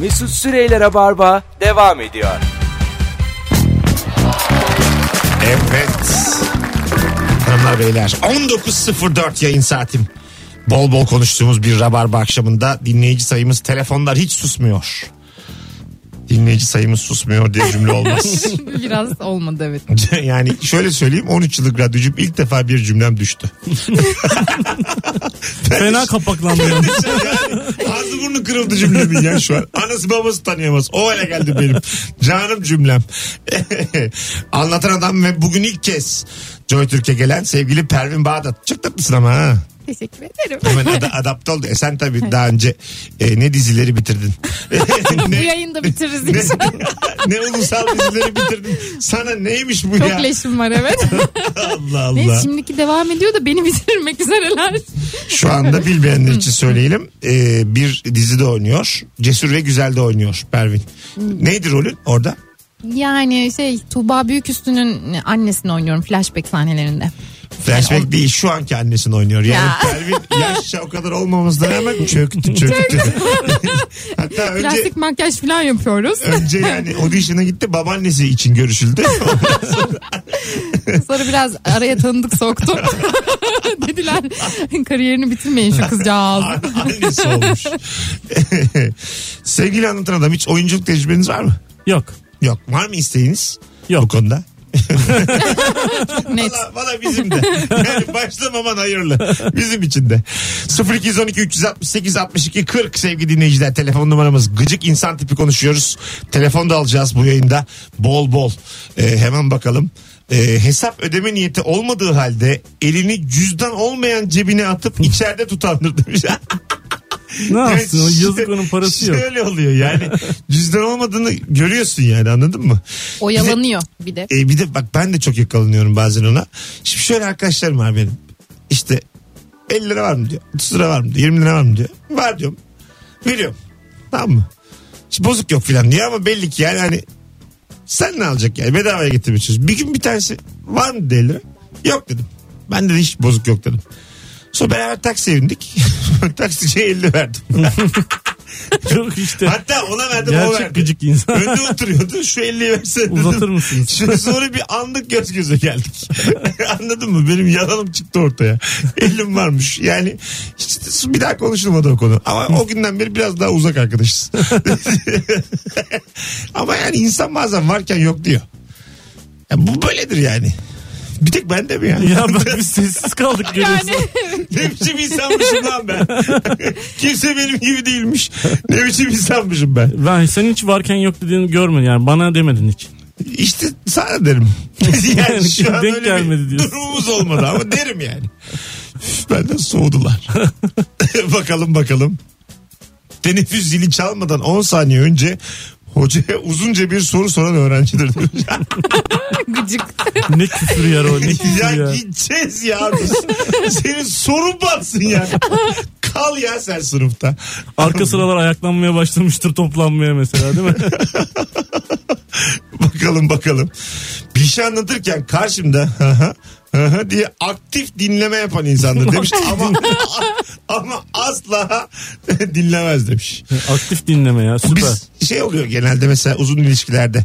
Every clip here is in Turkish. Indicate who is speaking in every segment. Speaker 1: Mesut Süreyler'e barba devam ediyor.
Speaker 2: Evet. Hanımlar beyler 19.04 yayın saatim. Bol bol konuştuğumuz bir rabarba akşamında dinleyici sayımız telefonlar hiç susmuyor. Dinleyici sayımız susmuyor diye cümle olmaz.
Speaker 3: Biraz olmadı evet.
Speaker 2: yani şöyle söyleyeyim 13 yıllık radyocum ilk defa bir cümlem düştü.
Speaker 4: Fena kapaklandı.
Speaker 2: Şey yani ağzı burnu kırıldı cümlemin ya şu an. Anası babası tanıyamaz. O hale geldi benim. Canım cümlem. Anlatan adam ve bugün ilk kez Joy Türk'e gelen sevgili Pervin Bağdat. Çok tatlısın ama ha.
Speaker 3: Teşekkür ederim.
Speaker 2: Hemen ada- adapte oldu. E sen tabii daha önce e, ne dizileri bitirdin.
Speaker 3: Bu
Speaker 2: ne,
Speaker 3: yayında bitiririz
Speaker 2: ne,
Speaker 3: inşallah.
Speaker 2: ne ulusal dizileri bitirdin. Sana neymiş bu ya?
Speaker 3: Çok leşim var evet.
Speaker 2: Allah Allah.
Speaker 3: Neyse şimdiki devam ediyor da beni bitirmek üzereler.
Speaker 2: Şu anda bilmeyenler için söyleyelim. Ee, bir dizide oynuyor. Cesur ve Güzel'de oynuyor Pervin. Neydi rolün orada?
Speaker 3: Yani şey Tuğba Büyüküstü'nün annesini oynuyorum flashback sahnelerinde.
Speaker 2: Flashback değil şu anki annesini oynuyor. Yani
Speaker 3: Ya.
Speaker 2: Pervin yaşça o kadar olmamızdan hemen çöktü çöktü. Hatta önce...
Speaker 3: Plastik makyaj falan yapıyoruz.
Speaker 2: Önce yani audition'a gitti babaannesi için görüşüldü.
Speaker 3: Sonra biraz araya tanıdık soktum. Dediler kariyerini bitirmeyin şu kızcağız.
Speaker 2: Annesi olmuş. Sevgili anlatan adam hiç oyunculuk tecrübeniz var mı?
Speaker 4: Yok.
Speaker 2: Yok. Var mı isteğiniz?
Speaker 4: Yok.
Speaker 2: Bu konuda.
Speaker 3: Net.
Speaker 2: Valla, valla bizim de. Yani başlamaman hayırlı. Bizim için de. 0212 368 62 40 sevgili dinleyiciler. Telefon numaramız gıcık insan tipi konuşuyoruz. Telefon da alacağız bu yayında. Bol bol. Ee, hemen bakalım. Ee, hesap ödeme niyeti olmadığı halde elini cüzdan olmayan cebine atıp içeride tutandır demiş.
Speaker 4: Ne
Speaker 2: Yani
Speaker 4: yapsın?
Speaker 2: şö-
Speaker 4: Yazık onun parası yok.
Speaker 2: Şöyle oluyor yani cüzdan olmadığını görüyorsun yani anladın mı?
Speaker 3: Oyalanıyor bir de.
Speaker 2: E bir de bak ben de çok yakalanıyorum bazen ona. Şimdi şöyle arkadaşlarım var benim. İşte 50 lira var mı diyor. 30 lira var mı diyor. 20 lira var mı diyor. Var diyorum. Veriyorum. Tamam mı? Şimdi bozuk yok filan diyor ama belli ki yani hani sen ne alacak yani bedavaya getirmişiz. Bir gün bir tanesi var mı dedi 50 lira? Yok dedim. Ben de hiç bozuk yok dedim. Sonra beraber taksiye bindik. Taksiciye 50 verdim.
Speaker 4: Yok işte.
Speaker 2: Hatta ona verdim o
Speaker 4: Gerçek
Speaker 2: verdi.
Speaker 4: gıcık insan.
Speaker 2: Önde oturuyordu. Şu 50'yi versene dedim.
Speaker 4: Uzatır mısınız?
Speaker 2: Şimdi sonra bir anlık göz göze geldik. Anladın mı? Benim yalanım çıktı ortaya. Elim varmış. Yani hiç bir daha konuşulmadı o konu. Ama o günden beri biraz daha uzak arkadaşız. Ama yani insan bazen varken yok diyor. Ya bu böyledir yani. Bir tek bende mi ya?
Speaker 4: Ya bak biz sessiz kaldık görüyorsun.
Speaker 3: Yani
Speaker 2: ne biçim insanmışım lan ben. Kimse benim gibi değilmiş. Ne biçim insanmışım ben.
Speaker 4: Ben sen hiç varken yok dediğini görmedim yani bana demedin hiç.
Speaker 2: İşte sana derim. yani şu an
Speaker 4: Denk
Speaker 2: öyle
Speaker 4: gelmedi
Speaker 2: bir
Speaker 4: diyorsun.
Speaker 2: durumumuz olmadı ama derim yani. Üf, Benden soğudular. bakalım bakalım. Teneffüs zili çalmadan 10 saniye önce hocaya uzunca bir soru soran öğrencidir. demiş.
Speaker 3: gıcık.
Speaker 4: Ne küfür yer o ne küfür
Speaker 2: ya,
Speaker 4: şey ya.
Speaker 2: gideceğiz ya. biz. Senin sorun batsın ya. Kal ya sen sınıfta.
Speaker 4: Arka sıralar ayaklanmaya başlamıştır toplanmaya mesela değil mi?
Speaker 2: Bakalım bakalım. Bir şey anlatırken karşımda "Hı hı, hı hı" diye aktif dinleme yapan insandır demiş ama ama asla dinlemez demiş.
Speaker 4: Aktif dinleme ya süper.
Speaker 2: Biz şey oluyor genelde mesela uzun ilişkilerde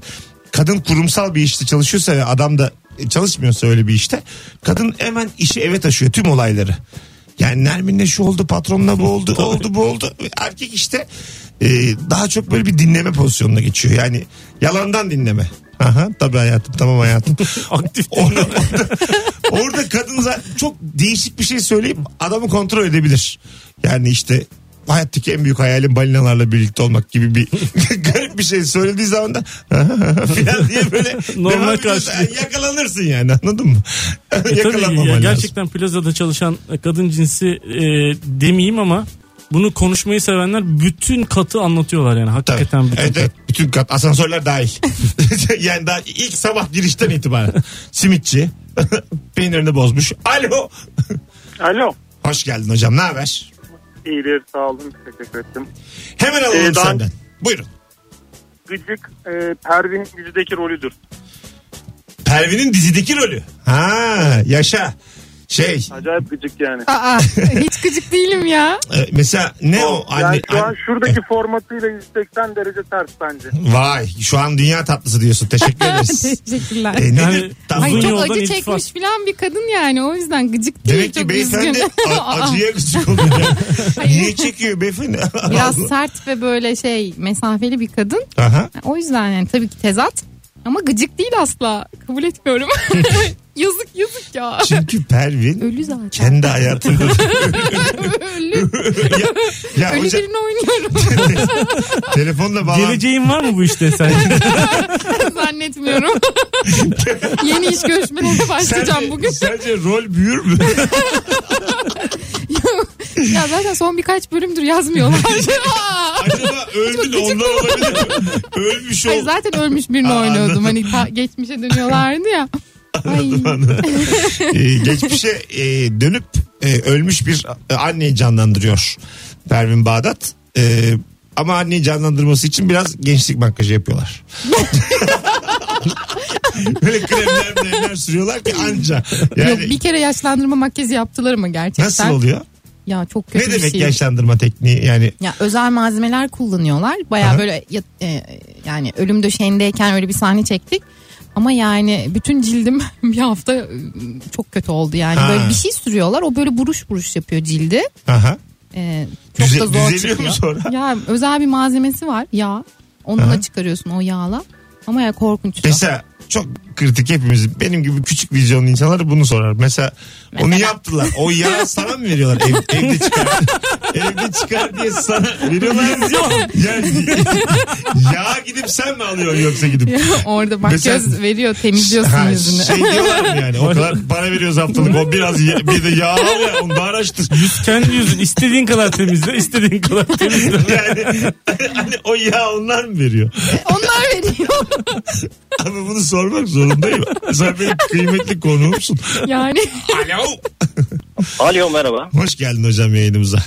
Speaker 2: kadın kurumsal bir işte çalışıyorsa ve adam da e, çalışmıyorsa öyle bir işte kadın hemen işi eve taşıyor tüm olayları. Yani Nermin'le şu oldu patronla bu oldu o oldu bu oldu. Erkek işte e, daha çok böyle bir dinleme pozisyonuna geçiyor. Yani yalandan dinleme. Aha tabii hayatım tamam hayatım.
Speaker 4: Aktif
Speaker 2: Orada, orada, orada kadın zaten çok değişik bir şey söyleyip adamı kontrol edebilir. Yani işte hayattaki en büyük hayalim balinalarla birlikte olmak gibi bir garip bir şey söylediği zaman da filan diye böyle
Speaker 4: Normal
Speaker 2: devam ediyorsun.
Speaker 4: karşılıyor.
Speaker 2: Yani yakalanırsın yani anladın mı?
Speaker 4: E tabii
Speaker 2: Yakalanmaman
Speaker 4: ya,
Speaker 2: lazım.
Speaker 4: gerçekten plazada çalışan kadın cinsi e, demeyeyim ama bunu konuşmayı sevenler bütün katı anlatıyorlar yani
Speaker 2: Tabii.
Speaker 4: hakikaten bütün
Speaker 2: evet, evet.
Speaker 4: katı.
Speaker 2: bütün kat asansörler dahil. yani daha ilk sabah girişten itibaren simitçi peynirini bozmuş. Alo.
Speaker 5: Alo.
Speaker 2: Hoş geldin hocam. Ne haber?
Speaker 5: İyidir sağ olun teşekkür ettim.
Speaker 2: Hemen alalım
Speaker 5: Ee, daha-
Speaker 2: senden. Buyurun.
Speaker 5: Gıcık e, Pervin dizideki rolüdür.
Speaker 2: Pervin'in dizideki rolü. Ha yaşa. Şey
Speaker 5: Acayip gıcık yani.
Speaker 3: Aa, hiç gıcık değilim ya.
Speaker 2: e, mesela ne o? Anne,
Speaker 5: yani şu an
Speaker 2: anne-
Speaker 5: şuradaki formatıyla 180 derece ters bence.
Speaker 2: Vay şu an dünya tatlısı diyorsun. Teşekkür ederiz.
Speaker 3: Teşekkürler.
Speaker 2: e, nedir?
Speaker 4: Yani-
Speaker 2: Tatlı-
Speaker 4: Uzun
Speaker 3: Ay çok
Speaker 4: yoldan
Speaker 3: acı
Speaker 4: iltifat.
Speaker 3: çekmiş filan bir kadın yani o yüzden gıcık değil
Speaker 2: Demek ki
Speaker 3: çok
Speaker 2: beyefendi
Speaker 3: üzgün.
Speaker 2: a-
Speaker 3: Aa,
Speaker 2: acıya gıcık oluyor. Niye çekiyor beyefendi?
Speaker 3: Biraz sert ve böyle şey mesafeli bir kadın.
Speaker 2: Aha.
Speaker 3: O yüzden yani tabii ki tezat ama gıcık değil asla kabul etmiyorum. yazık yazık ya.
Speaker 2: Çünkü Pervin
Speaker 3: Ölü zaten.
Speaker 2: kendi hayatında.
Speaker 3: Ölü.
Speaker 2: ya, ya
Speaker 3: Ölü
Speaker 2: hocam,
Speaker 3: birini oynuyorum
Speaker 2: telefonla bağlan.
Speaker 4: Geleceğin var mı bu işte sen?
Speaker 3: zannetmiyorum. Yeni iş görüşmelerine başlayacağım bugün.
Speaker 2: Sence rol büyür mü?
Speaker 3: ya zaten son birkaç bölümdür yazmıyorlar. Aa!
Speaker 2: Acaba öldün ondan olabilir mi? Ölmüş
Speaker 3: Ay
Speaker 2: ol.
Speaker 3: zaten ölmüş birini
Speaker 2: Aa, anladım.
Speaker 3: oynuyordum. Hani ta- geçmişe dönüyorlardı ya. Ay.
Speaker 2: Ee, geçmişe e, dönüp e, ölmüş bir e, anneyi canlandırıyor Pervin Bağdat. E, ama anneyi canlandırması için biraz gençlik makyajı yapıyorlar. Böyle kremler kremler sürüyorlar ki anca. Yani
Speaker 3: Yok, bir kere yaşlandırma makyajı yaptılar mı gerçekten?
Speaker 2: nasıl oluyor?
Speaker 3: Ya çok
Speaker 2: Ne
Speaker 3: kötü bir
Speaker 2: demek
Speaker 3: şey.
Speaker 2: yaşlandırma tekniği yani?
Speaker 3: Ya özel malzemeler kullanıyorlar. Baya
Speaker 2: Aha.
Speaker 3: böyle ya- e, yani ölüm döşeğindeyken öyle bir sahne çektik. Ama yani bütün cildim bir hafta e, çok kötü oldu yani.
Speaker 2: Ha.
Speaker 3: Böyle bir şey sürüyorlar. O böyle buruş buruş yapıyor cildi.
Speaker 2: Aha.
Speaker 3: E, çok
Speaker 2: Düze-
Speaker 3: da zor
Speaker 2: düzeliyor mu
Speaker 3: çıkıyor.
Speaker 2: sonra?
Speaker 3: Ya özel bir malzemesi var. Yağ. Onunla çıkarıyorsun o yağla. Ama ya korkunç.
Speaker 2: Mesela çok kritik hepimiz. Benim gibi küçük vizyonlu insanlar bunu sorar. Mesela, onu yaptılar. O yağı sana mı veriyorlar? Ev- evde çıkar. evde çıkar diye sana veriyorlar. yani, yağı gidip sen mi alıyorsun yoksa gidip?
Speaker 3: Orada bak
Speaker 2: Mesela-
Speaker 3: göz veriyor temizliyorsun
Speaker 2: Ha,
Speaker 3: yüzünü.
Speaker 2: şey diyorlar mı yani o kadar para veriyoruz haftalık o biraz ye- bir de yağ al ya onu da araştır.
Speaker 4: Kendi yüzün istediğin kadar temizle, istediğin kadar temizle.
Speaker 2: Yani hani o yağ onlar mı veriyor?
Speaker 3: Onlar veriyor.
Speaker 2: Ama bunu sormak zorundayım. Sen benim kıymetli konuğumsun.
Speaker 3: Yani
Speaker 2: Alo.
Speaker 6: Alo merhaba.
Speaker 2: Hoş geldin hocam yayınımıza.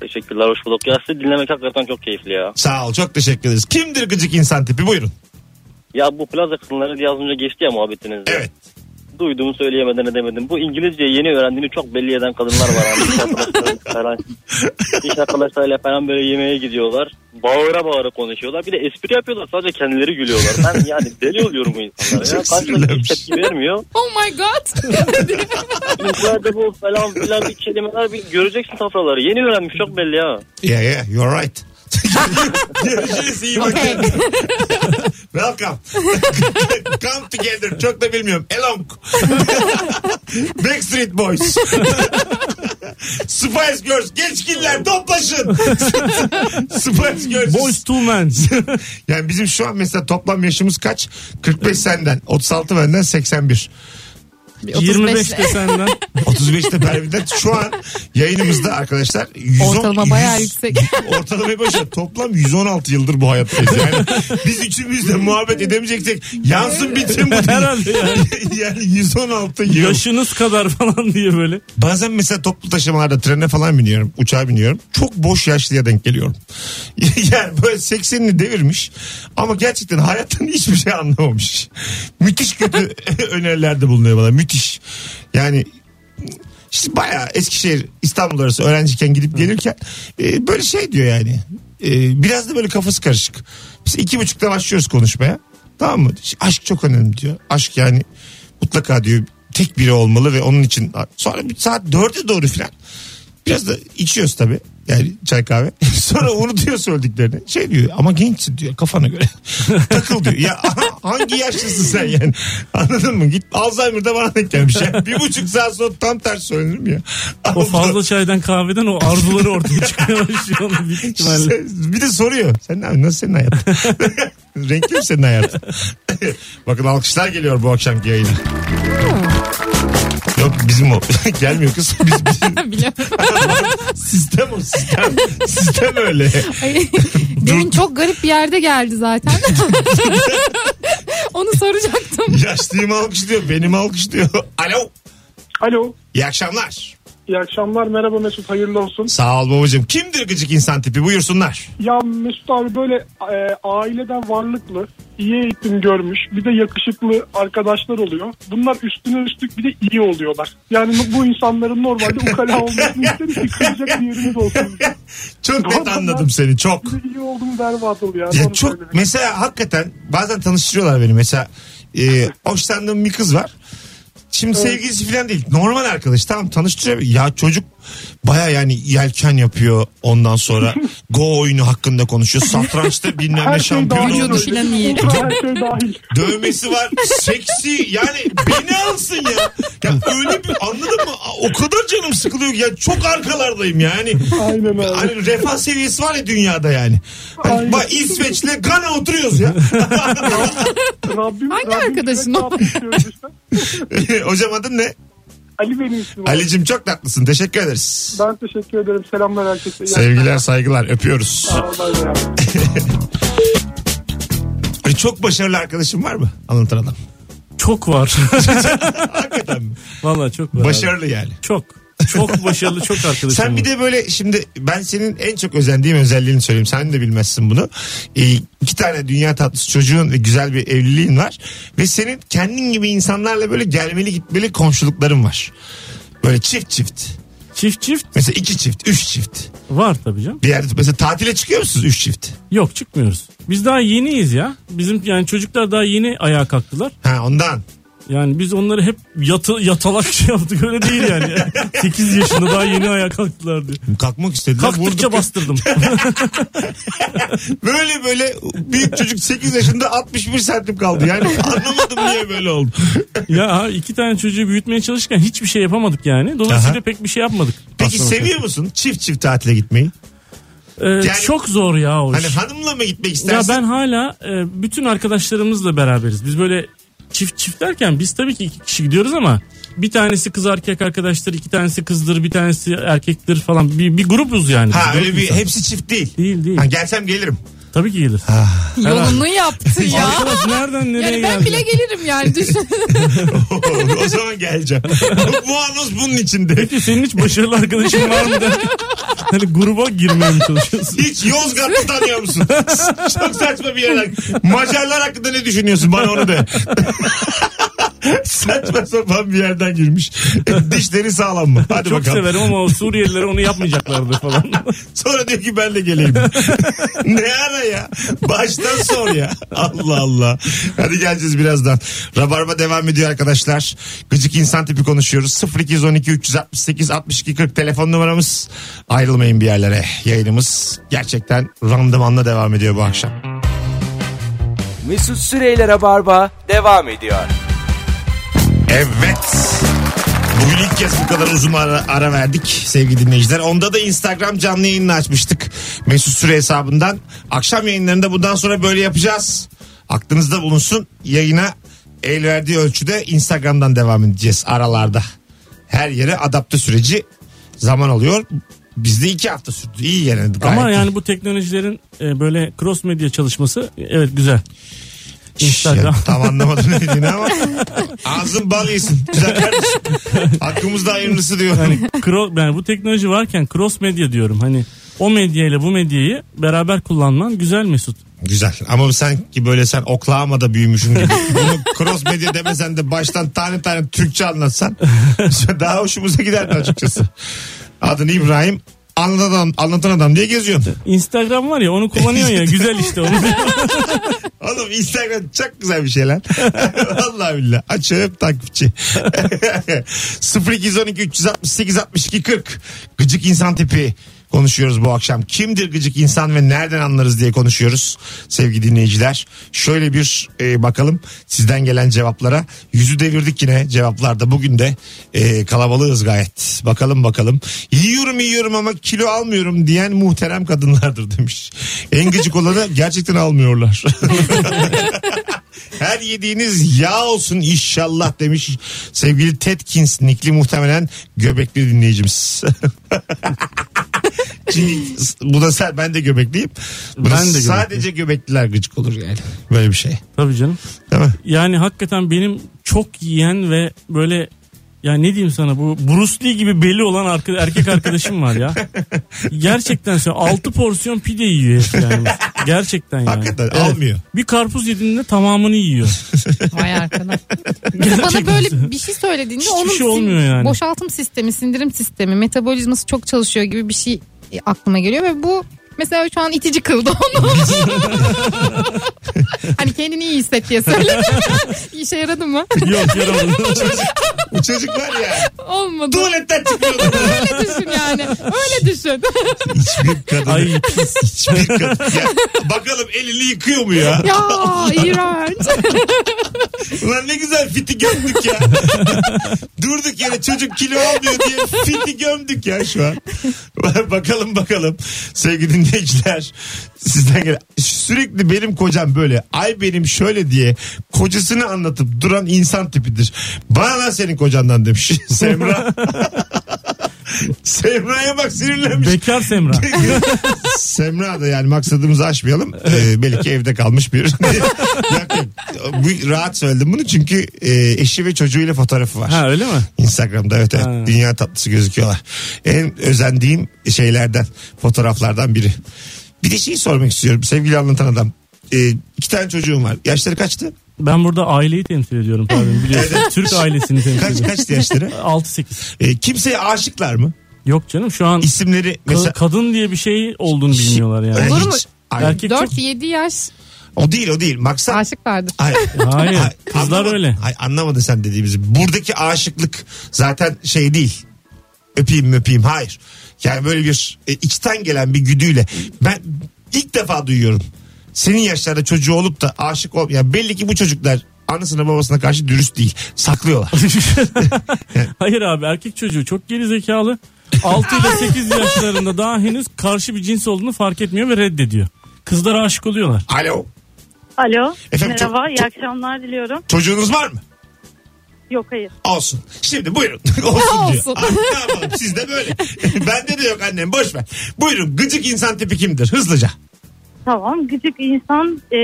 Speaker 6: Teşekkürler hoş bulduk. Ya sizi dinlemek hakikaten çok keyifli ya.
Speaker 2: Sağ ol çok teşekkür ederiz. Kimdir gıcık insan tipi buyurun.
Speaker 6: Ya bu plaza kadınları diye az önce geçti ya muhabbetinizde.
Speaker 2: Evet.
Speaker 6: Duyduğumu söyleyemeden edemedim. Bu İngilizceyi yeni öğrendiğini çok belli eden kadınlar var. Yani. İş arkadaşları falan. İş arkadaşlarıyla falan böyle yemeğe gidiyorlar. Bağıra bağıra konuşuyorlar. Bir de espri yapıyorlar. Sadece kendileri gülüyorlar. Ben yani deli oluyorum bu insanlara. Ya.
Speaker 2: Çok
Speaker 6: Karşımda hiç
Speaker 2: sinirlenmiş.
Speaker 6: tepki vermiyor.
Speaker 3: oh my god.
Speaker 6: bu falan filan bir kelimeler bir göreceksin safraları. Yeni öğrenmiş çok belli ya.
Speaker 2: Yeah yeah you're right. Görüşürüz iyi bakın.
Speaker 3: Okay.
Speaker 2: Welcome. Come together. Çok da bilmiyorum. Elong. Backstreet Boys. Spice Girls. Geçkinler toplaşın. Spice Girls.
Speaker 4: Boys to men.
Speaker 2: Yani bizim şu an mesela toplam yaşımız kaç? 45 senden. 36 benden 81.
Speaker 4: 25 de senden.
Speaker 2: 35'te Pervin'den şu an yayınımızda arkadaşlar 110,
Speaker 3: Ortalama bayağı yüksek.
Speaker 2: Ortalama başa toplam 116 yıldır bu hayattayız. Yani biz üçümüz de muhabbet edemeyeceksek yansın bitsin bu.
Speaker 4: Herhalde yani.
Speaker 2: yani 116 yıl.
Speaker 4: Yaşınız kadar falan diye böyle.
Speaker 2: Bazen mesela toplu taşımalarda trene falan biniyorum, uçağa biniyorum. Çok boş yaşlıya denk geliyorum. yani böyle 80'ini devirmiş ama gerçekten hayattan hiçbir şey anlamamış. Müthiş kötü önerilerde bulunuyor bana. Müthiş. Yani işte bayağı Eskişehir İstanbul arası öğrenciyken gidip gelirken e, böyle şey diyor yani. E, biraz da böyle kafası karışık. Biz iki buçukta başlıyoruz konuşmaya. Tamam mı? İşte aşk çok önemli diyor. Aşk yani mutlaka diyor tek biri olmalı ve onun için sonra bir saat dörde doğru filan biraz da içiyoruz tabii. Yani çay kahve. Sonra unutuyor söylediklerini. Şey diyor ama gençsin diyor kafana göre. Takıl diyor. Ya hangi yaşlısın sen yani? Anladın mı? Git Alzheimer'da bana denk gelmiş. ya. bir buçuk saat sonra tam tersi söylenir mi ya?
Speaker 4: O fazla çaydan kahveden o arzuları ortaya çıkmaya başlıyor. onun Büyük ihtimalle.
Speaker 2: bir de soruyor. Sen ne Nasıl senin hayatın? Renkli mi senin hayatın? Bakın alkışlar geliyor bu akşamki yayına. Yok bizim o. Gelmiyor kız. Biz, biz-
Speaker 3: Biliyorum.
Speaker 2: sistem o sistem. Sistem öyle.
Speaker 3: Ay, Demin çok garip bir yerde geldi zaten. Onu soracaktım.
Speaker 2: Yaşlıyım alkışlıyor. Benim alkışlıyor. Alo.
Speaker 5: Alo.
Speaker 2: İyi akşamlar.
Speaker 5: İyi akşamlar. Merhaba Mesut. Hayırlı olsun.
Speaker 2: Sağ ol babacığım. Kimdir gıcık insan tipi? Buyursunlar.
Speaker 5: Ya Mesut abi böyle e, aileden varlıklı iyi eğitim görmüş. Bir de yakışıklı arkadaşlar oluyor. Bunlar üstüne üstlük bir de iyi oluyorlar. Yani bu insanların normalde ukala olmasını isteriz ki kıracak bir yerimiz olsun.
Speaker 2: Çok net
Speaker 5: Doğru.
Speaker 2: anladım seni çok.
Speaker 5: Bir de iyi oldum berbat ol yani.
Speaker 2: Ya
Speaker 5: onu
Speaker 2: çok
Speaker 5: söylemek.
Speaker 2: mesela hakikaten bazen tanıştırıyorlar beni mesela e, hoşlandığım bir kız var. Şimdi sevgilisi falan değil. Normal arkadaş. Tamam tanıştırıyor. Ya çocuk baya yani yelken yapıyor ondan sonra. Go oyunu hakkında konuşuyor. Satrançta bilmem ne
Speaker 5: Her şey
Speaker 2: şampiyon
Speaker 5: dahil.
Speaker 3: Vücudu
Speaker 2: olmuş.
Speaker 3: filan iyi.
Speaker 5: Her şey dahil.
Speaker 2: Dövmesi var. Seksi. Yani beni alsın ya. Ya öyle bir anladın mı? O kadar canım sıkılıyor ki. Ya çok arkalardayım yani.
Speaker 5: Aynen öyle.
Speaker 2: Hani refah seviyesi var ya dünyada yani. Hani
Speaker 5: Aynen.
Speaker 2: bak İsveç'le Gana oturuyoruz ya.
Speaker 5: Rabbim,
Speaker 3: Hangi
Speaker 5: Rabbim
Speaker 3: arkadaşın
Speaker 5: bize
Speaker 3: o?
Speaker 5: ne yapmış diyoruz işte.
Speaker 2: Hocam adın ne?
Speaker 5: Ali benim ismim.
Speaker 2: Ali'cim çok tatlısın. Teşekkür ederiz.
Speaker 5: Ben teşekkür ederim. Selamlar herkese. İyi
Speaker 2: Sevgiler saygılar öpüyoruz.
Speaker 5: akşamlar. Allah'a emanet.
Speaker 2: Ay, E, çok başarılı arkadaşım var mı? Anlatan adam.
Speaker 4: Çok var.
Speaker 2: Hakikaten mi?
Speaker 4: Valla çok var. abi.
Speaker 2: başarılı yani.
Speaker 4: Çok. Çok başarılı çok arkadaşım.
Speaker 2: Sen bir
Speaker 4: var.
Speaker 2: de böyle şimdi ben senin en çok özendiğim özelliğini söyleyeyim. Sen de bilmezsin bunu. Ee, iki tane dünya tatlısı çocuğun ve güzel bir evliliğin var. Ve senin kendin gibi insanlarla böyle gelmeli gitmeli komşulukların var. Böyle çift çift.
Speaker 4: Çift çift
Speaker 2: Mesela iki çift, üç çift.
Speaker 4: var tabii canım.
Speaker 2: Bir yerde mesela tatile çıkıyor musunuz üç çift?
Speaker 4: Yok çıkmıyoruz. Biz daha yeniyiz ya. Bizim yani çocuklar daha yeni ayağa kalktılar.
Speaker 2: Ha ondan.
Speaker 4: Yani biz onları hep yatı, yatalak şey yaptık öyle değil yani. 8 yaşında daha yeni ayağa kalktılar diye.
Speaker 2: Kalkmak istediler.
Speaker 4: Kalktıkça
Speaker 2: vurduk.
Speaker 4: bastırdım.
Speaker 2: Böyle böyle büyük çocuk 8 yaşında 61 santim kaldı. Yani anlamadım niye böyle oldu.
Speaker 4: ya iki tane çocuğu büyütmeye çalışırken hiçbir şey yapamadık yani. Dolayısıyla
Speaker 2: Aha.
Speaker 4: pek bir şey yapmadık.
Speaker 2: Peki
Speaker 4: aslında.
Speaker 2: seviyor musun çift çift tatile gitmeyi?
Speaker 4: Ee,
Speaker 2: Yani-
Speaker 4: çok zor ya o iş.
Speaker 2: Hani hanımla mı gitmek
Speaker 4: Ya
Speaker 2: istersin?
Speaker 4: ben hala e, bütün arkadaşlarımızla beraberiz. Biz böyle çift çift derken biz tabii ki iki kişi gidiyoruz ama bir tanesi kız erkek arkadaştır, iki tanesi kızdır, bir tanesi erkektir falan. Bir, bir grubuz yani.
Speaker 2: Ha
Speaker 4: Biz
Speaker 2: öyle
Speaker 4: grup
Speaker 2: bir
Speaker 4: insan.
Speaker 2: hepsi çift değil.
Speaker 4: Değil değil.
Speaker 2: Ha, gelsem gelirim.
Speaker 4: Tabii ki gelir.
Speaker 3: Yolunu yaptı ya.
Speaker 4: Arkadaş nereden nereye
Speaker 3: Yani ben
Speaker 4: geldi?
Speaker 3: bile gelirim yani düşün.
Speaker 2: o zaman geleceğim. Bu, bu anons bunun içinde.
Speaker 4: Peki senin hiç başarılı arkadaşın var mı derken hani gruba girmeye mi çalışıyorsun?
Speaker 2: Hiç Yozgat'ı tanıyor musun? Çok saçma bir yerden. Macarlar hakkında ne düşünüyorsun? Bana onu de. saçma sapan bir yerden girmiş. Dişleri sağlam mı? Hadi
Speaker 4: Çok
Speaker 2: bakalım.
Speaker 4: severim ama o Suriyeliler onu yapmayacaklardı falan.
Speaker 2: Sonra diyor ki ben de geleyim. ne ara ya? Baştan sor ya. Allah Allah. Hadi geleceğiz birazdan. Rabarba devam ediyor arkadaşlar. Gıcık insan tipi konuşuyoruz. 0212 368 62 40 telefon numaramız. Ayrılmayın bir yerlere. Yayınımız gerçekten randımanla devam ediyor bu akşam.
Speaker 1: Mesut Süreyler'e barba devam ediyor.
Speaker 2: Evet. Bugün ilk kez bu kadar uzun ara, ara verdik sevgili dinleyiciler. Onda da Instagram canlı yayını açmıştık. Mesut Süre hesabından. Akşam yayınlarında bundan sonra böyle yapacağız. Aklınızda bulunsun. Yayına el verdiği ölçüde Instagram'dan devam edeceğiz aralarda. Her yere adapte süreci zaman alıyor. Bizde iki hafta sürdü. İyi yani. Gayet
Speaker 4: ama
Speaker 2: iyi.
Speaker 4: yani bu teknolojilerin e, böyle cross medya çalışması e, evet güzel.
Speaker 2: Şş,
Speaker 4: Instagram.
Speaker 2: ya tam anlamadım ne dediğini ama ağzın bal yesin. Güzel kardeşim. Hakkımızda hayırlısı diyor.
Speaker 4: Yani, kro, yani bu teknoloji varken cross medya diyorum. Hani o medyayla bu medyayı beraber kullanman güzel Mesut.
Speaker 2: Güzel ama sen ki böyle sen Oklahoma'da büyümüşsün gibi. Bunu cross medya demesen de baştan tane tane Türkçe anlatsan daha hoşumuza giderdi açıkçası. Adın İbrahim anlatan adam, anlatan adam diye geziyorsun.
Speaker 4: Instagram var ya onu kullanıyorsun ya güzel işte onu.
Speaker 2: Oğlum Instagram çok güzel bir şey lan. Vallahi billahi. Aç öp takipçi. 0212 368 62 40. Gıcık insan tipi konuşuyoruz bu akşam. Kimdir gıcık insan ve nereden anlarız diye konuşuyoruz sevgili dinleyiciler. Şöyle bir e, bakalım sizden gelen cevaplara. Yüzü devirdik yine cevaplarda. Bugün de e, kalabalığız gayet. Bakalım bakalım. Yiyorum yiyorum ama kilo almıyorum diyen muhterem kadınlardır demiş. En gıcık olanı gerçekten almıyorlar. Her yediğiniz yağ olsun inşallah demiş sevgili Tedkins nikli muhtemelen göbekli dinleyicimiz. Çünkü s- bu da sen ben de göbekliyim. Bu da
Speaker 4: Ben de göbekliyim.
Speaker 2: sadece göbekliler gıcık olur yani. Böyle bir şey.
Speaker 4: Tabii canım.
Speaker 2: Değil mi?
Speaker 4: Yani hakikaten benim çok yiyen ve böyle Ya ne diyeyim sana bu Bruce Lee gibi belli olan arka- erkek arkadaşım var ya. Gerçekten sen 6 porsiyon pide yiyor herif yani. Gerçekten yani.
Speaker 2: Hakikaten almıyor.
Speaker 4: Bir karpuz yediğinde tamamını yiyor.
Speaker 3: Vay arkadaş. Bir de bana
Speaker 4: Gerçekten.
Speaker 3: böyle bir şey söylediğinde
Speaker 4: Hiçbir
Speaker 3: onun
Speaker 4: şey
Speaker 3: sin-
Speaker 4: olmuyor yani.
Speaker 3: boşaltım sistemi, sindirim sistemi, metabolizması çok çalışıyor gibi bir şey e, aklıma geliyor ve bu mesela şu an itici kıldı onu. hani kendini iyi hisset diye söyledim. İşe yaradı mı?
Speaker 4: Yok yaramadı.
Speaker 2: Bu çocuk var ya
Speaker 3: Olmadı.
Speaker 2: tuvaletten çıkıyor.
Speaker 3: Öyle düşün yani. Öyle düşün.
Speaker 2: Hiçbir kadın.
Speaker 4: Ay
Speaker 2: Hiçbir kadın. Ya, bakalım elini yıkıyor mu ya?
Speaker 3: ya iğrenç.
Speaker 2: Ulan ne güzel fiti gömdük ya. Durduk yere çocuk kilo almıyor diye fiti gömdük ya şu an. bakalım bakalım sevgili dinleyiciler. Sizden gelen sürekli benim kocam böyle ay benim şöyle diye kocasını anlatıp duran insan tipidir. Bana lan senin kocandan demiş Semra. Semra'ya bak sinirlenmiş.
Speaker 4: bekar Semra.
Speaker 2: Semra da yani maksadımızı aşmayalım. Ee, belki evde kalmış bir. Yok, yok. Bu- rahat söyledim bunu çünkü e, eşi ve çocuğuyla fotoğrafı var.
Speaker 4: Ha öyle mi?
Speaker 2: Instagram'da evet, evet.
Speaker 4: Ha.
Speaker 2: dünya tatlısı gözüküyorlar. En özendiğim şeylerden fotoğraflardan biri. Bir de şeyi sormak istiyorum sevgili anlatan adam. Ee, iki tane çocuğum var. Yaşları kaçtı?
Speaker 4: Ben burada aileyi temsil ediyorum pardon biliyorsun. Türk ailesini temsil
Speaker 2: Kaç
Speaker 4: ediyorum.
Speaker 2: kaçtı yaşları?
Speaker 4: 6-8.
Speaker 2: Ee, kimseye aşıklar mı?
Speaker 4: Yok canım şu an
Speaker 2: İsimleri
Speaker 4: ka-
Speaker 2: mesela
Speaker 4: kadın diye bir şey olduğunu bilmiyorlar yani.
Speaker 3: Olur mu?
Speaker 2: Hiç- Hayır.
Speaker 4: Erkek çok
Speaker 3: 4-7 yaş
Speaker 2: O değil o değil. Maksat
Speaker 3: aşıklardır.
Speaker 2: Hayır.
Speaker 4: Hayır, kızlar
Speaker 2: anlamadın.
Speaker 4: öyle.
Speaker 2: Hayır, anlamadın sen dediğimizi. Buradaki aşıklık zaten şey değil. Öpeyim mi öpeyim hayır. Yani böyle bir e, içten gelen bir güdüyle. Ben ilk defa duyuyorum. Senin yaşlarda çocuğu olup da aşık ol. Ya belli ki bu çocuklar anasına babasına karşı dürüst değil. Saklıyorlar.
Speaker 4: Hayır abi erkek çocuğu çok geri zekalı. 6 ile 8 yaşlarında daha henüz karşı bir cins olduğunu fark etmiyor ve reddediyor. Kızlara aşık oluyorlar.
Speaker 2: Alo.
Speaker 7: Alo.
Speaker 2: Efendim, çok-
Speaker 7: Merhaba. iyi
Speaker 2: çok-
Speaker 7: akşamlar diliyorum.
Speaker 2: Çocuğunuz var mı?
Speaker 7: Yok hayır.
Speaker 2: Olsun. Şimdi buyurun. Olsun diyor.
Speaker 3: Olsun.
Speaker 2: Abi, ne yapalım? Siz de böyle. Bende de yok annem. Boş ver. Buyurun. Gıcık insan tipi kimdir? Hızlıca.
Speaker 7: Tamam. Gıcık insan e,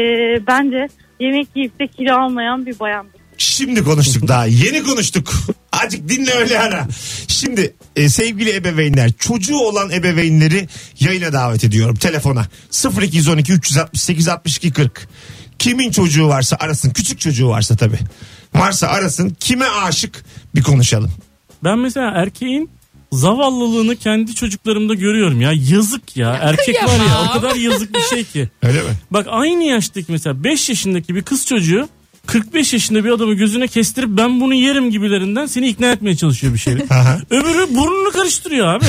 Speaker 7: bence yemek yiyip de kilo almayan bir bayandır.
Speaker 2: Şimdi konuştuk daha yeni konuştuk. Acık dinle öyle ara. Şimdi e, sevgili ebeveynler çocuğu olan ebeveynleri yayına davet ediyorum telefona. 0212 368 62 40. Kimin çocuğu varsa arasın küçük çocuğu varsa tabii. Varsa arasın kime aşık bir konuşalım.
Speaker 4: Ben mesela erkeğin zavallılığını kendi çocuklarımda görüyorum ya. Yazık ya. Erkek var ya o kadar yazık bir şey ki.
Speaker 2: Öyle mi?
Speaker 4: Bak aynı yaştaki mesela 5 yaşındaki bir kız çocuğu 45 yaşında bir adamı gözüne kestirip ben bunu yerim gibilerinden seni ikna etmeye çalışıyor bir şeyle.
Speaker 2: Aha.
Speaker 4: Öbürü burnunu karıştırıyor abi.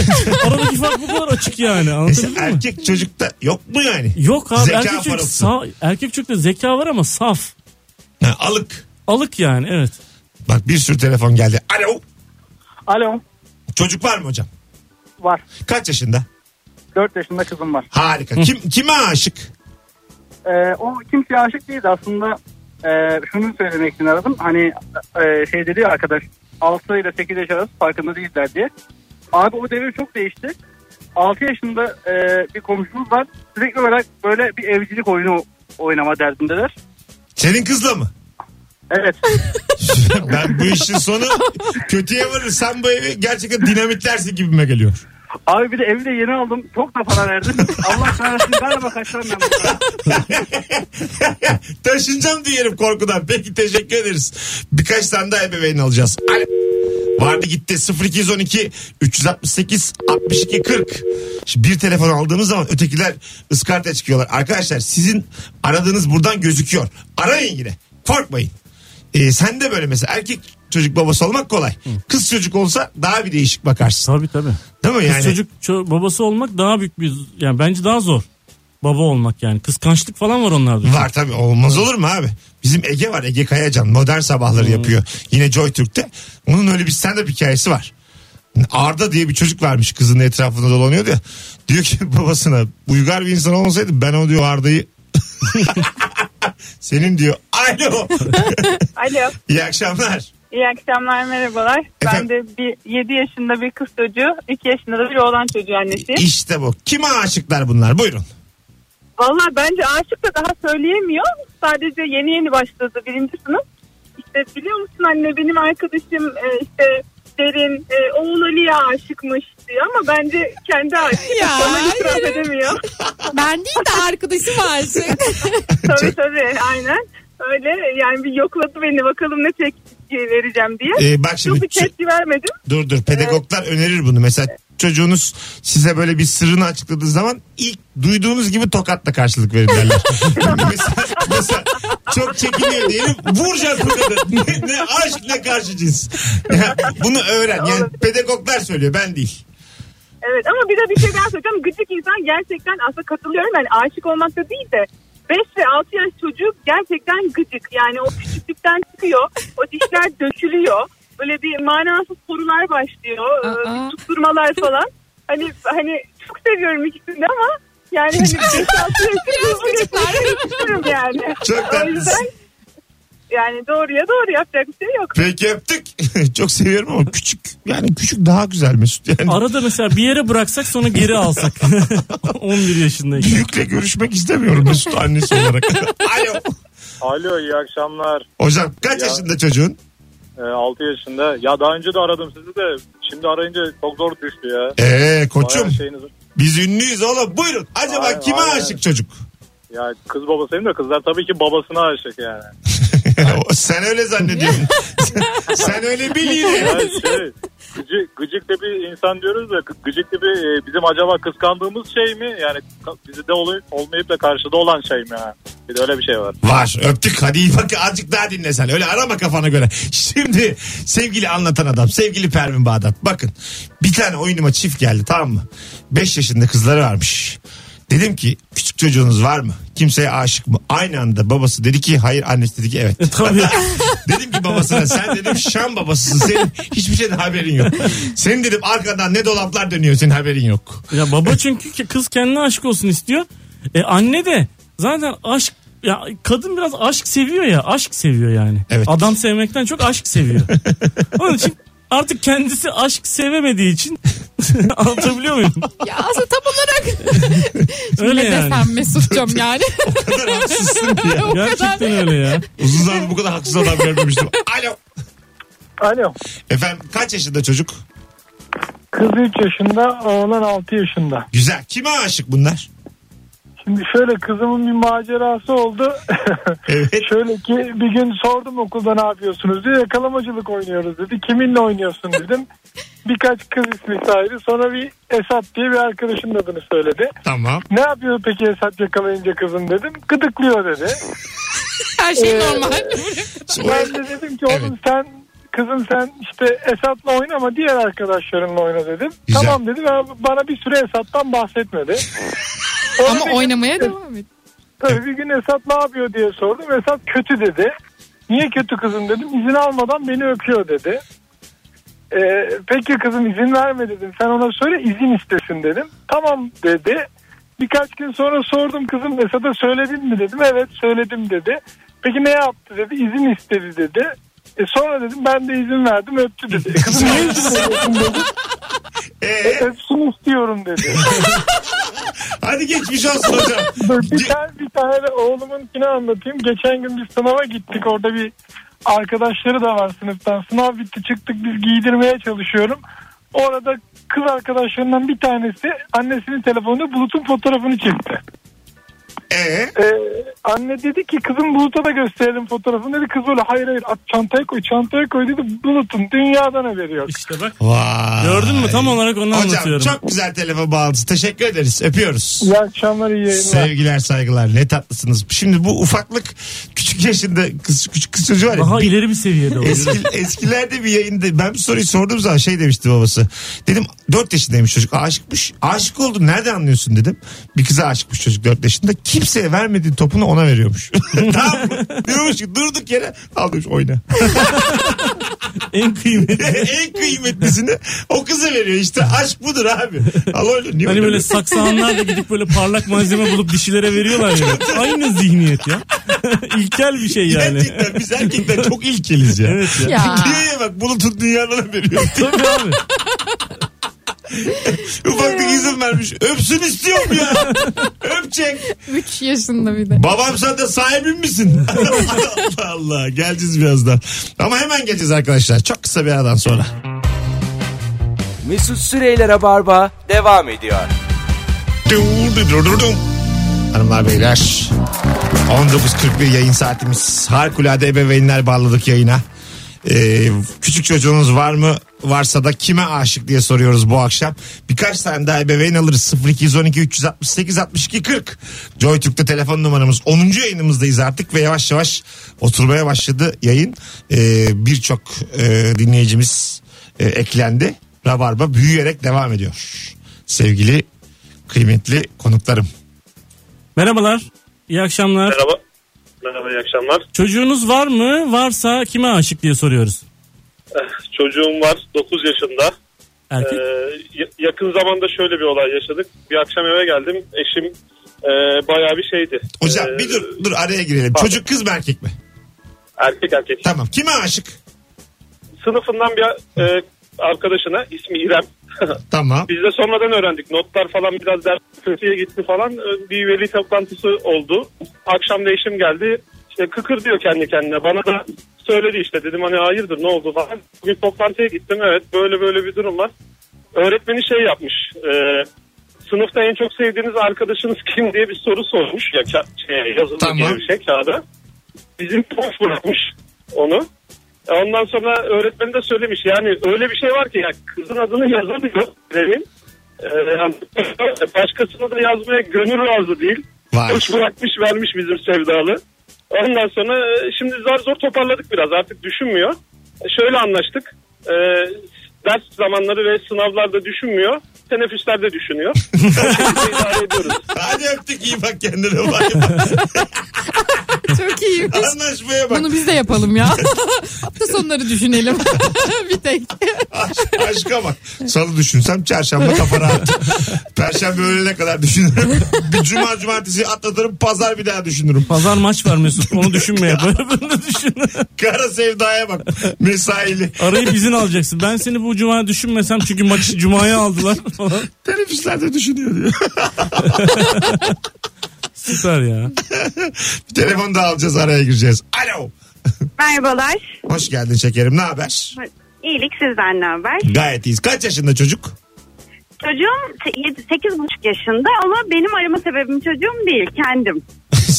Speaker 4: Aradaki fark bu kadar açık yani.
Speaker 2: Mesela
Speaker 4: Anlatabildim mi?
Speaker 2: erkek çocukta yok mu yani?
Speaker 4: Yok abi
Speaker 2: Zeka
Speaker 4: erkek çocuk
Speaker 2: parıltısı.
Speaker 4: sa- erkek çocukta zeka var ama saf.
Speaker 2: Ha, alık.
Speaker 4: Alık yani evet.
Speaker 2: Bak bir sürü telefon geldi. Alo.
Speaker 5: Alo
Speaker 2: Çocuk var mı hocam?
Speaker 5: var.
Speaker 2: Kaç yaşında?
Speaker 5: 4 yaşında kızım var.
Speaker 2: Harika. Kim kime aşık?
Speaker 5: Ee, o kimseye aşık değildi aslında. Ee, şunu söylemek için aradım. Hani e, şey dedi ya arkadaş 6 ile 8 yaş arası farkında değiller diye. Abi o devir çok değişti. 6 yaşında e, bir komşumuz var. Sürekli olarak böyle bir evcilik oyunu oynama derdindeler.
Speaker 2: Senin kızla mı?
Speaker 5: Evet.
Speaker 2: ben bu işin sonu kötüye varır. Sen bu evi gerçekten dinamitlersin gibime geliyor.
Speaker 5: Abi bir de evi de yeni aldım. Çok da para verdim. Allah kahretsin galiba kaçtan ben bu kadar.
Speaker 2: Taşınacağım diyelim korkudan. Peki teşekkür ederiz. Birkaç tane daha ebeveyn alacağız. Alo. Vardı gitti 0212 368 62 40. Şimdi bir telefon aldığımız zaman ötekiler ıskarta çıkıyorlar. Arkadaşlar sizin aradığınız buradan gözüküyor. Arayın yine. Korkmayın. Ee, sen de böyle mesela erkek çocuk babası olmak kolay. Kız çocuk olsa daha bir değişik bakarsın.
Speaker 4: Tabii tabii.
Speaker 2: Değil mi
Speaker 4: Kız
Speaker 2: yani?
Speaker 4: çocuk ço- babası olmak daha büyük bir yani bence daha zor. Baba olmak yani. Kıskançlık falan var onlarda.
Speaker 2: Var tabii olmaz olur mu abi? Bizim Ege var Ege Kayacan modern sabahları yapıyor. Yine Joy Türk'te. Onun öyle bir stand-up hikayesi var. Arda diye bir çocuk varmış kızının etrafında dolanıyordu ya. Diyor ki babasına uygar bir insan olmasaydı ben o diyor Arda'yı senin diyor. Alo.
Speaker 7: Alo.
Speaker 2: İyi akşamlar.
Speaker 7: İyi akşamlar merhabalar.
Speaker 2: Efendim?
Speaker 7: Ben de bir 7 yaşında bir kız çocuğu, 2 yaşında da bir oğlan çocuğu annesi.
Speaker 2: İşte bu. Kime aşıklar bunlar? Buyurun.
Speaker 7: Valla bence aşık da daha söyleyemiyor. Sadece yeni yeni başladı birinci sınıf. İşte biliyor musun anne benim arkadaşım e, işte
Speaker 8: derin e, oğlu Ali'ye aşıkmış diyor ama bence kendi aşık.
Speaker 3: Ya,
Speaker 8: Bana itiraf
Speaker 3: hayır.
Speaker 8: edemiyor.
Speaker 3: Ben değil de arkadaşım aşık.
Speaker 8: tabii tabii aynen. Öyle yani bir yokladı beni bakalım ne tepki vereceğim diye.
Speaker 2: Ee, bak
Speaker 8: Yok
Speaker 2: şimdi
Speaker 8: bir şey? tepki vermedim.
Speaker 2: Dur dur pedagoglar önerir bunu. Mesela çocuğunuz size böyle bir sırrını açıkladığı zaman ilk duyduğunuz gibi tokatla karşılık verin derler. mesela, mesela çok çekiniyor diyelim vuracaksın tokadı. ne, ne aşk ne karşı cins. Ya, bunu öğren. Yani pedagoglar söylüyor ben değil.
Speaker 8: Evet ama bir de bir şey daha söyleyeceğim. Gıcık insan gerçekten aslında katılıyorum. Yani aşık olmakta değil de 5 ve 6 yaş çocuk gerçekten gıcık. Yani o küçüklükten çıkıyor. O dişler dökülüyor. Böyle bir manasız sorular başlıyor. ee,
Speaker 3: Aa.
Speaker 8: bir tutturmalar falan. Hani hani çok seviyorum ikisini de ama yani hani 5 6 yaş hızlı geçiyorum yani.
Speaker 2: Çok
Speaker 8: o yüzden
Speaker 2: tatlısın.
Speaker 8: yani doğruya doğru yapacak bir şey yok.
Speaker 2: Peki öptük. çok seviyorum ama küçük. Yani küçük daha güzel Mesut. Yani
Speaker 4: Arada mesela bir yere bıraksak sonra geri alsak. 11 yaşındayken.
Speaker 2: büyükle görüşmek istemiyorum Mesut annesi olarak. Alo.
Speaker 9: Alo iyi akşamlar.
Speaker 2: Hocam kaç
Speaker 9: Ya.
Speaker 2: yaşında çocuğun?
Speaker 9: Ee, 6 yaşında. Ya daha önce de aradım sizi de. Şimdi arayınca çok zor düştü ya.
Speaker 2: Ee koçum
Speaker 9: Bayağı şeyiniz...
Speaker 2: biz ünlüyüz oğlum buyurun. Acaba
Speaker 9: Aynen,
Speaker 2: kime
Speaker 9: aynen.
Speaker 2: aşık çocuk?
Speaker 9: Ya kız babasıyım da kızlar tabii ki babasına aşık yani.
Speaker 2: O- sen öyle zannediyorsun. sen, sen öyle bil yine.
Speaker 9: Ya şey, gıcık, gıcık de bir insan diyoruz da gı- gıcık de bir e, bizim acaba kıskandığımız şey mi? Yani ka- bizi de olay- olmayıp da karşıda olan şey mi? Yani? Bir de öyle bir şey var.
Speaker 2: Var öptük hadi iyi bak azıcık daha dinle sen. Öyle arama kafana göre. Şimdi sevgili anlatan adam sevgili Pervin Bağdat. Bakın bir tane oyunuma çift geldi tamam mı? 5 yaşında kızları varmış. Dedim ki küçük çocuğunuz var mı? Kimseye aşık mı? Aynı anda babası dedi ki hayır annesi dedi ki evet.
Speaker 4: Tabii.
Speaker 2: Dedim ki babasına sen dedim Şam babasısın senin hiçbir şeyden haberin yok. Senin dedim arkadan ne dolaplar dönüyor senin haberin yok.
Speaker 4: Ya baba çünkü ki- kız kendine aşık olsun istiyor. E anne de zaten aşk ya kadın biraz aşk seviyor ya. Aşk seviyor yani.
Speaker 2: Evet.
Speaker 4: Adam sevmekten çok aşk seviyor. Onun için artık kendisi aşk sevemediği için anlatabiliyor muyum?
Speaker 3: ya aslında tam olarak Şimdi
Speaker 4: Öyle
Speaker 3: ne
Speaker 4: yani.
Speaker 3: desem Mesut'cum yani.
Speaker 2: kadar haksızsın ki ya.
Speaker 3: o kadar.
Speaker 4: Gerçekten öyle ya.
Speaker 2: Uzun zamandır bu kadar haksız adam görmemiştim. Alo.
Speaker 9: Alo.
Speaker 2: Efendim kaç yaşında çocuk?
Speaker 9: Kız 3 yaşında, oğlan 6 yaşında.
Speaker 2: Güzel. Kime aşık bunlar?
Speaker 9: Şimdi şöyle kızımın bir macerası oldu.
Speaker 2: Evet.
Speaker 9: Şöyle ki bir gün sordum okulda ne yapıyorsunuz diye yakalamacılık oynuyoruz dedi. Kiminle oynuyorsun dedim. Birkaç kız ismi saydı. Sonra bir Esat diye bir arkadaşın adını söyledi.
Speaker 2: Tamam.
Speaker 9: Ne yapıyor peki Esat yakalayınca kızım dedim. Gıdıklıyor dedi.
Speaker 3: Her şey normal.
Speaker 9: Ben de dedim ki oğlum sen kızım sen işte Esat'la oynama diğer arkadaşlarınla oyna dedim.
Speaker 2: Güzel.
Speaker 9: Tamam dedi ve bana bir süre Esat'tan bahsetmedi. Sonra bir
Speaker 3: Ama
Speaker 9: gün-
Speaker 3: oynamaya devam et.
Speaker 9: Tabii bir gün Esat ne yapıyor diye sordum. Esat kötü dedi. Niye kötü kızım dedim. İzin almadan beni öpüyor dedi. Ee, peki kızım izin verme dedim. Sen ona söyle izin istesin dedim. Tamam dedi. Birkaç gün sonra sordum kızım Esat'a söyledin mi dedim. Evet söyledim dedi. Peki ne yaptı dedi. İzin istedi dedi. E sonra dedim ben de izin verdim öptü dedi. E Kızım niye izin veriyorsun dedi.
Speaker 2: Ee,
Speaker 9: Öpsün istiyorum dedi.
Speaker 2: hadi geçmiş olsun hocam.
Speaker 9: Dur, bir tane bir tane de oğlumunkini anlatayım. Geçen gün biz sınava gittik. Orada bir arkadaşları da var sınıftan. Sınav bitti çıktık biz giydirmeye çalışıyorum. Orada kız arkadaşlarından bir tanesi annesinin telefonunda Bulut'un fotoğrafını çekti.
Speaker 2: Ee,
Speaker 9: Ee, anne dedi ki kızım Bulut'a da gösterelim fotoğrafını dedi. Kız böyle hayır hayır at çantaya koy çantaya koy dedi. Bulut'un dünyadan haberi yok.
Speaker 4: İşte bak.
Speaker 2: vay.
Speaker 4: Gördün mü? Tam olarak onu
Speaker 2: Hocam
Speaker 4: anlatıyorum.
Speaker 2: çok güzel telefon bağlantısı. Teşekkür ederiz. Öpüyoruz.
Speaker 9: İyi akşamlar iyi yayınlar.
Speaker 2: Sevgiler saygılar ne tatlısınız. Şimdi bu ufaklık küçük yaşında kız, küçük kız çocuğu var ya.
Speaker 4: Daha
Speaker 2: bir-
Speaker 4: ileri bir seviyede oldu.
Speaker 2: Eski, eskilerde bir yayında ben bir soruyu sorduğum zaman şey demişti babası. Dedim 4 yaşındaymış çocuk aşıkmış. Aşık oldu nereden anlıyorsun dedim. Bir kıza aşıkmış çocuk 4 yaşında. Kimseye vermediği topunu ona veriyormuş. tamam mı? Diyormuş ki durduk yere al demiş oyna.
Speaker 4: en kıymetli.
Speaker 2: en kıymetlisini o kıza veriyor işte aşk budur abi. Al öyle niye
Speaker 4: Hani
Speaker 2: öyle?
Speaker 4: böyle saksahanlarla gidip böyle parlak malzeme bulup dişilere veriyorlar ya. Aynı zihniyet ya. İlkel bir şey yani.
Speaker 2: Gerçekten biz erkekler çok ilkeliz ya.
Speaker 4: Evet ya.
Speaker 3: Ya.
Speaker 2: Dünyaya bak bulutun dünyalarına veriyor.
Speaker 4: Tabii abi.
Speaker 2: Ufaklık izin vermiş. Öpsün istiyorum ya. Öpecek.
Speaker 3: 3 yaşında bir de.
Speaker 2: Babam sen de sahibim misin? Allah Allah geleceğiz birazdan. Ama hemen geleceğiz arkadaşlar. Çok kısa bir aradan sonra.
Speaker 1: Mesut Süreyler'e barba devam ediyor.
Speaker 2: Durdurdurdum. Hanımlar beyler 19.41 yayın saatimiz harikulade ebeveynler bağladık yayına. Ee, küçük çocuğunuz var mı? Varsa da kime aşık diye soruyoruz bu akşam. Birkaç tane daha ebeveyn alırız. 0212 368 62 40. Joy Türk'te telefon numaramız. 10. yayınımızdayız artık ve yavaş yavaş oturmaya başladı yayın. Ee, Birçok e, dinleyicimiz e, eklendi. Rabarba büyüyerek devam ediyor. Sevgili kıymetli konuklarım.
Speaker 4: Merhabalar. İyi akşamlar.
Speaker 9: Merhaba. Merhaba iyi akşamlar.
Speaker 4: Çocuğunuz var mı? Varsa kime aşık diye soruyoruz.
Speaker 9: Çocuğum var 9 yaşında. Ee,
Speaker 4: Erkek.
Speaker 9: ya- yakın zamanda şöyle bir olay yaşadık. Bir akşam eve geldim. Eşim e, bayağı bir şeydi.
Speaker 2: Hocam
Speaker 9: Ee,
Speaker 2: bir dur dur araya girelim.
Speaker 9: pardon.
Speaker 2: Çocuk kız mı erkek mi?
Speaker 9: Erkek erkek.
Speaker 2: Tamam. Kime aşık?
Speaker 9: Sınıfından bir e, arkadaşına ismi İrem.
Speaker 2: Tamam.
Speaker 9: Biz de sonradan öğrendik. Notlar falan biraz ders kötüye gitti falan. Ee, Bir veli toplantısı oldu. Akşam da eşim geldi. İşte kıkır diyor kendi kendine. Bana da söyledi işte. Dedim hani hayırdır ne oldu falan. Bugün toplantıya gittim. Evet böyle böyle bir durum var. Öğretmeni şey yapmış. e, sınıfta en çok sevdiğiniz arkadaşınız kim diye bir soru sormuş. Ya, ka- şey, yazılı
Speaker 2: Tamam.
Speaker 9: diye bir şey kağıda. Bizim boş bırakmış onu. E, Ondan sonra öğretmen de söylemiş yani öyle bir şey var ki ya kızın adını yazamıyor öğretmenin. Ee, yani başkasını da yazmaya gönül razı değil.
Speaker 2: Vay.
Speaker 9: Boş bırakmış vermiş bizim sevdalı. Ondan sonra e, şimdi zar zor toparladık biraz artık düşünmüyor. E, Şöyle anlaştık. E, ders zamanları ve sınavlarda düşünmüyor. Teneffüslerde düşünüyor. Her şeyi idare ediyoruz.
Speaker 2: Hadi öptük iyi bak kendine. Vay be.
Speaker 3: Çok iyiymiş.
Speaker 2: Anlaşmaya bak.
Speaker 3: Bunu biz de yapalım ya. Hafta sonları düşünelim. bir tek.
Speaker 2: Aşk- aşka bak. Salı düşünsem çarşamba kafa rahat. Perşembe öğlene kadar düşünürüm. bir cuma cumartesi atlatırım. Pazar bir daha düşünürüm.
Speaker 4: Pazar maç var Mesut. Onu düşünme ya. Böyle bunu düşün.
Speaker 2: Kara sevdaya bak. Mesaili.
Speaker 4: Arayıp izin alacaksın. Ben seni bu cuma düşünmesem çünkü maçı cumaya aldılar falan.
Speaker 2: Teneffüslerde düşünüyor diyor.
Speaker 4: Süper ya.
Speaker 2: Bir telefon da alacağız araya gireceğiz. Alo.
Speaker 8: Merhabalar.
Speaker 2: Hoş geldin şekerim. Ne haber?
Speaker 8: İyilik sizden ne haber?
Speaker 2: Gayet iyiyiz. Kaç yaşında çocuk?
Speaker 8: Çocuğum 8,5 yaşında ama benim arama sebebim çocuğum değil kendim.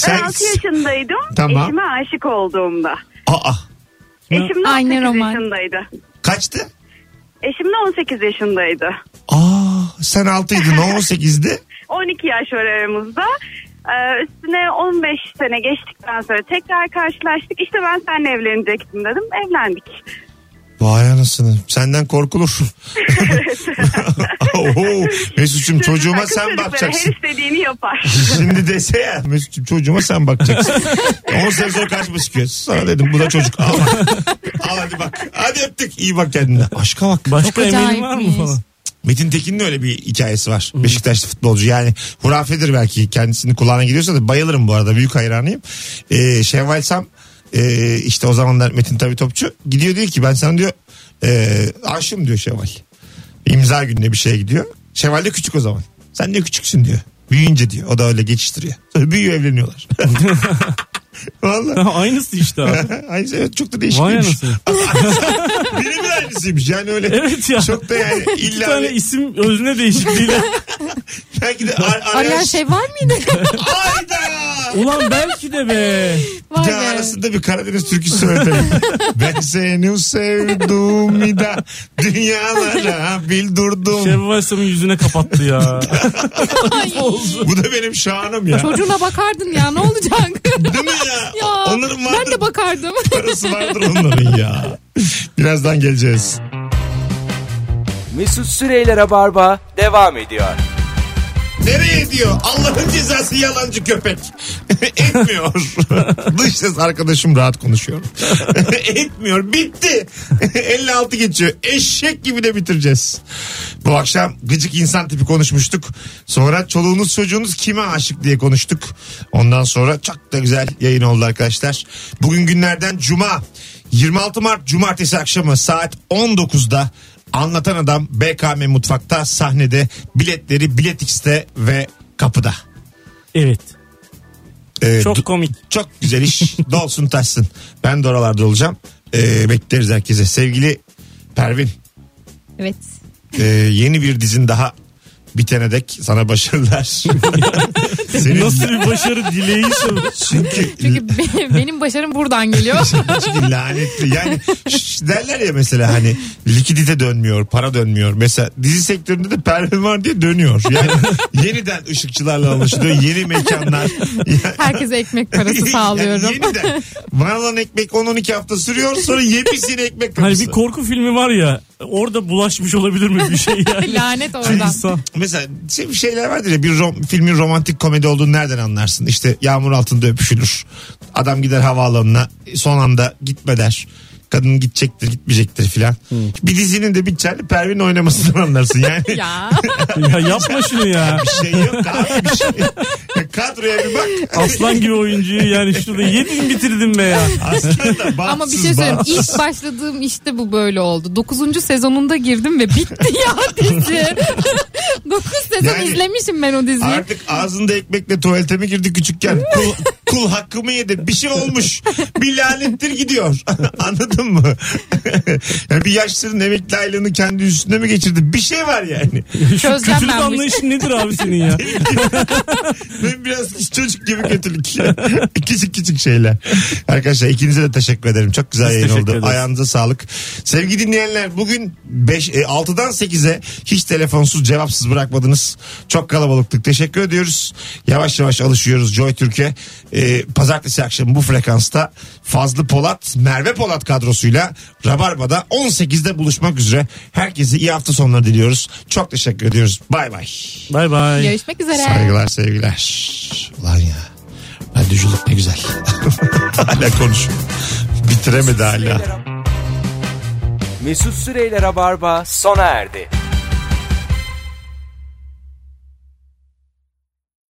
Speaker 8: Ben 6 yaşındaydım
Speaker 2: Tamam.
Speaker 8: eşime aşık olduğumda.
Speaker 2: Aa,
Speaker 8: Eşim de
Speaker 3: Aynı
Speaker 8: 18
Speaker 3: roman.
Speaker 8: yaşındaydı.
Speaker 2: kaçtı?
Speaker 8: Eşim de 18 yaşındaydı.
Speaker 2: Aa, sen 6'ydın o 18'di.
Speaker 8: 12 yaş var aramızda. Ee, üstüne 15 sene geçtikten sonra tekrar karşılaştık. İşte ben seninle evlenecektim dedim. Evlendik.
Speaker 2: Vay anasını. Senden korkulur. Oho. Mesut'cum çocuğuma
Speaker 8: Kız
Speaker 2: sen
Speaker 8: çocukları
Speaker 2: bakacaksın.
Speaker 8: Her istediğini yapar.
Speaker 2: Şimdi dese ya Mesut'cum çocuğuma sen bakacaksın. 10 sene sonra karşıma çıkıyor. Sana dedim bu da çocuk. Al, al hadi bak. Hadi öptük. İyi bak kendine. Aşka bak.
Speaker 4: Başka
Speaker 3: Çok
Speaker 4: emeğin var mı
Speaker 3: acayipmiş.
Speaker 4: falan?
Speaker 2: Metin Tekin'in öyle bir hikayesi var. Beşiktaşlı futbolcu yani hurafedir belki kendisini kulağına gidiyorsa da bayılırım bu arada büyük hayranıyım. Ee, Şevval Sam e, işte o zamanlar Metin tabii topçu gidiyor diyor ki ben sana diyor e, aşığım diyor Şevval. İmza gününe bir şeye gidiyor. Şevval de küçük o zaman. Sen diyor küçüksün diyor. Büyüyünce diyor. O da öyle geçiştiriyor. Sonra büyüyor evleniyorlar. Vallahi.
Speaker 4: Aynısı işte abi.
Speaker 2: Aynı şey, evet, çok da değişik
Speaker 4: Vay
Speaker 2: değilmiş.
Speaker 4: anasını.
Speaker 2: Birebir aynısıymış yani öyle.
Speaker 4: Evet ya.
Speaker 2: Çok da yani
Speaker 4: İki
Speaker 2: illa
Speaker 4: tane
Speaker 2: bir-
Speaker 4: isim özüne değişikliğiyle.
Speaker 2: belki de ar-
Speaker 3: Arayan
Speaker 2: arayan-
Speaker 3: şey var mıydı?
Speaker 2: Hayda.
Speaker 4: Ulan belki de be.
Speaker 3: Vay
Speaker 2: Ya
Speaker 3: be.
Speaker 2: arasında bir Karadeniz türküsü söyledim. ben seni sevdim bir daha dünyalara
Speaker 3: Şey
Speaker 2: bildirdim.
Speaker 4: Şevval Sam'ın yüzüne kapattı ya.
Speaker 2: Bu da benim şanım ya.
Speaker 3: Çocuğuna bakardın ya ne olacak?
Speaker 2: Değil mi ya?
Speaker 3: ya
Speaker 2: Onların
Speaker 3: ben
Speaker 2: vardır
Speaker 3: de bakardım.
Speaker 2: parası vardır onların ya. Birazdan geleceğiz.
Speaker 1: Mesut Süreyler'e barba devam ediyor.
Speaker 2: Nereye diyor? Allah'ın cezası yalancı köpek. Etmiyor. Dış ses arkadaşım rahat konuşuyor. Etmiyor. Bitti. 56 geçiyor. Eşek gibi de bitireceğiz. Bu akşam gıcık insan tipi konuşmuştuk. Sonra çoluğunuz çocuğunuz kime aşık diye konuştuk. Ondan sonra çok da güzel yayın oldu arkadaşlar. Bugün günlerden cuma. 26 Mart Cumartesi akşamı saat 19'da Anlatan Adam BKM Mutfak'ta sahnede biletleri Bilet X'te ve kapıda.
Speaker 4: Evet.
Speaker 2: Ee,
Speaker 4: Çok
Speaker 2: du-
Speaker 4: komik.
Speaker 2: çok güzel iş. Dolsun taşsın. Ben de oralarda olacağım. Ee, bekleriz herkese. Sevgili Pervin.
Speaker 3: evet.
Speaker 2: e, yeni bir dizin daha bitene dek sana başarılar. Senin-
Speaker 4: Nasıl bir başarı dileğiyse.
Speaker 2: Çünkü,
Speaker 3: Çünkü benim, benim başarım buradan geliyor.
Speaker 2: çünkü lanetli. Yani şş, derler ya mesela hani likidite dönmüyor, para dönmüyor. Mesela dizi sektöründe de pervin var diye dönüyor. Yani yeniden ışıkçılarla anlaşılıyor. Yeni mekanlar. Yani-
Speaker 3: Herkese ekmek parası
Speaker 2: Yani
Speaker 3: sağlıyorum.
Speaker 2: yeniden. Bana olan ekmek 10-12 hafta sürüyor sonra yepyeni ekmek
Speaker 4: Hani
Speaker 2: kapısı.
Speaker 4: bir korku filmi var ya orada bulaşmış olabilir mi bir şey yani?
Speaker 3: Lanet oradan.
Speaker 4: İnsan.
Speaker 2: Mesela şey- şeyler vardır ya bir rom- filmin romantik komedi olduğunu nereden anlarsın? İşte yağmur altında öpüşülür. Adam gider havaalanına son anda gitme der. Kadın gidecektir gitmeyecektir filan. Bir dizinin de biteceğini Pervin oynamasından anlarsın. Yani
Speaker 3: Ya
Speaker 4: Ya yapma şunu ya.
Speaker 2: bir şey yok abi bir şey. Kadroya bir bak.
Speaker 4: Aslan gibi oyuncuyu yani şurada yedin bitirdin be ya.
Speaker 2: Aslan da
Speaker 3: ama bir
Speaker 2: bağımsız,
Speaker 3: şey söyleyeyim.
Speaker 2: bağımsız.
Speaker 3: İlk başladığım işte bu böyle oldu. Dokuzuncu sezonunda girdim ve bitti ya dizi. Dokuz sezon
Speaker 2: Yani-
Speaker 3: izlemişim ben o diziyi.
Speaker 2: Artık ağzında ekmekle tuvalete mi girdi küçükken? Kul, kul hakkımı yedi. Bir şey olmuş. Bir lanettir gidiyor. Anladın mı? yani bir yaşların emekli aylığını kendi üstüne mi geçirdi? Bir şey var yani.
Speaker 4: Şu
Speaker 3: Çözeceğim
Speaker 4: kötülük
Speaker 3: ben bu işi.
Speaker 4: anlayışın nedir abi senin ya?
Speaker 2: Benim biraz çocuk gibi kötülük. küçük küçük şeyler. Arkadaşlar ikinize de teşekkür ederim. Çok güzel
Speaker 4: Biz
Speaker 2: yayın
Speaker 4: teşekkür
Speaker 2: oldu.
Speaker 4: ederiz.
Speaker 2: Ayağınıza sağlık. Sevgili dinleyenler bugün 5, e, 6'dan 8'e hiç telefonsuz cevapsız bırakmadınız. Çok kalabalıktık. Teşekkür ediyoruz. Yavaş yavaş alışıyoruz Joy Türkiye. E, pazartesi akşamı bu frekansta Fazlı Polat, Merve Polat kadrosuyla Rabarba'da 18'de buluşmak üzere. Herkese iyi hafta sonları diliyoruz. Çok teşekkür ediyoruz. Bay bay.
Speaker 4: Bay bay.
Speaker 3: Görüşmek üzere.
Speaker 2: Saygılar sevgiler. Ulan ya. Radyoculuk ne güzel. hala konuşuyor. Bitiremedi hala.
Speaker 1: Mesut Süreyler'e barba sona erdi.